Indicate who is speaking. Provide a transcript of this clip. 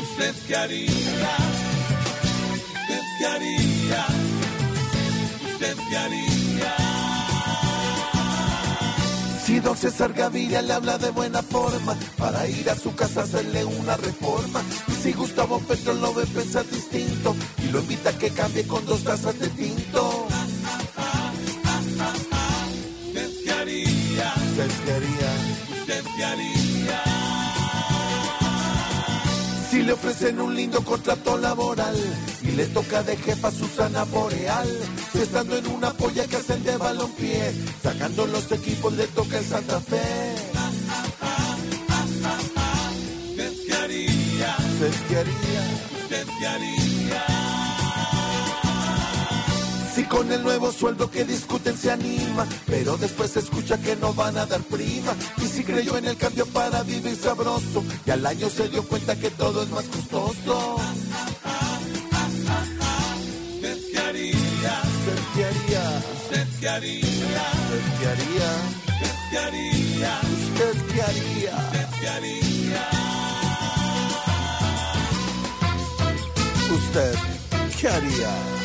Speaker 1: usted qué haría? ¿Usted qué haría? ¿Usted qué haría? Si don César Gaviria le habla de buena forma para ir a su casa a hacerle una reforma. Y si Gustavo Petro lo ve pensar distinto y lo invita a que cambie con dos tazas de tinto. ¿Usted qué haría? ¿Usted qué haría? ¿Usted qué haría? Si le ofrecen un lindo contrato laboral y le toca de jefa Susana Boreal, si estando en una polla que hacen de balompié, sacando los equipos le toca el Santa Fe. ¿Usted qué haría? ¿Usted qué haría? ¿Usted qué haría? Si con el nuevo sueldo que discuten se anima, pero después escucha que no van a dar prima. Y si creyó en el cambio para vivir sabroso, y al año se dio cuenta que todo es más costoso. ¿Usted qué haría? ¿Usted qué haría? ¿Usted qué haría? ¿Usted qué haría? ¿Usted qué haría? ¿Usted qué haría? ¿Usted qué haría? ¿Usted qué haría?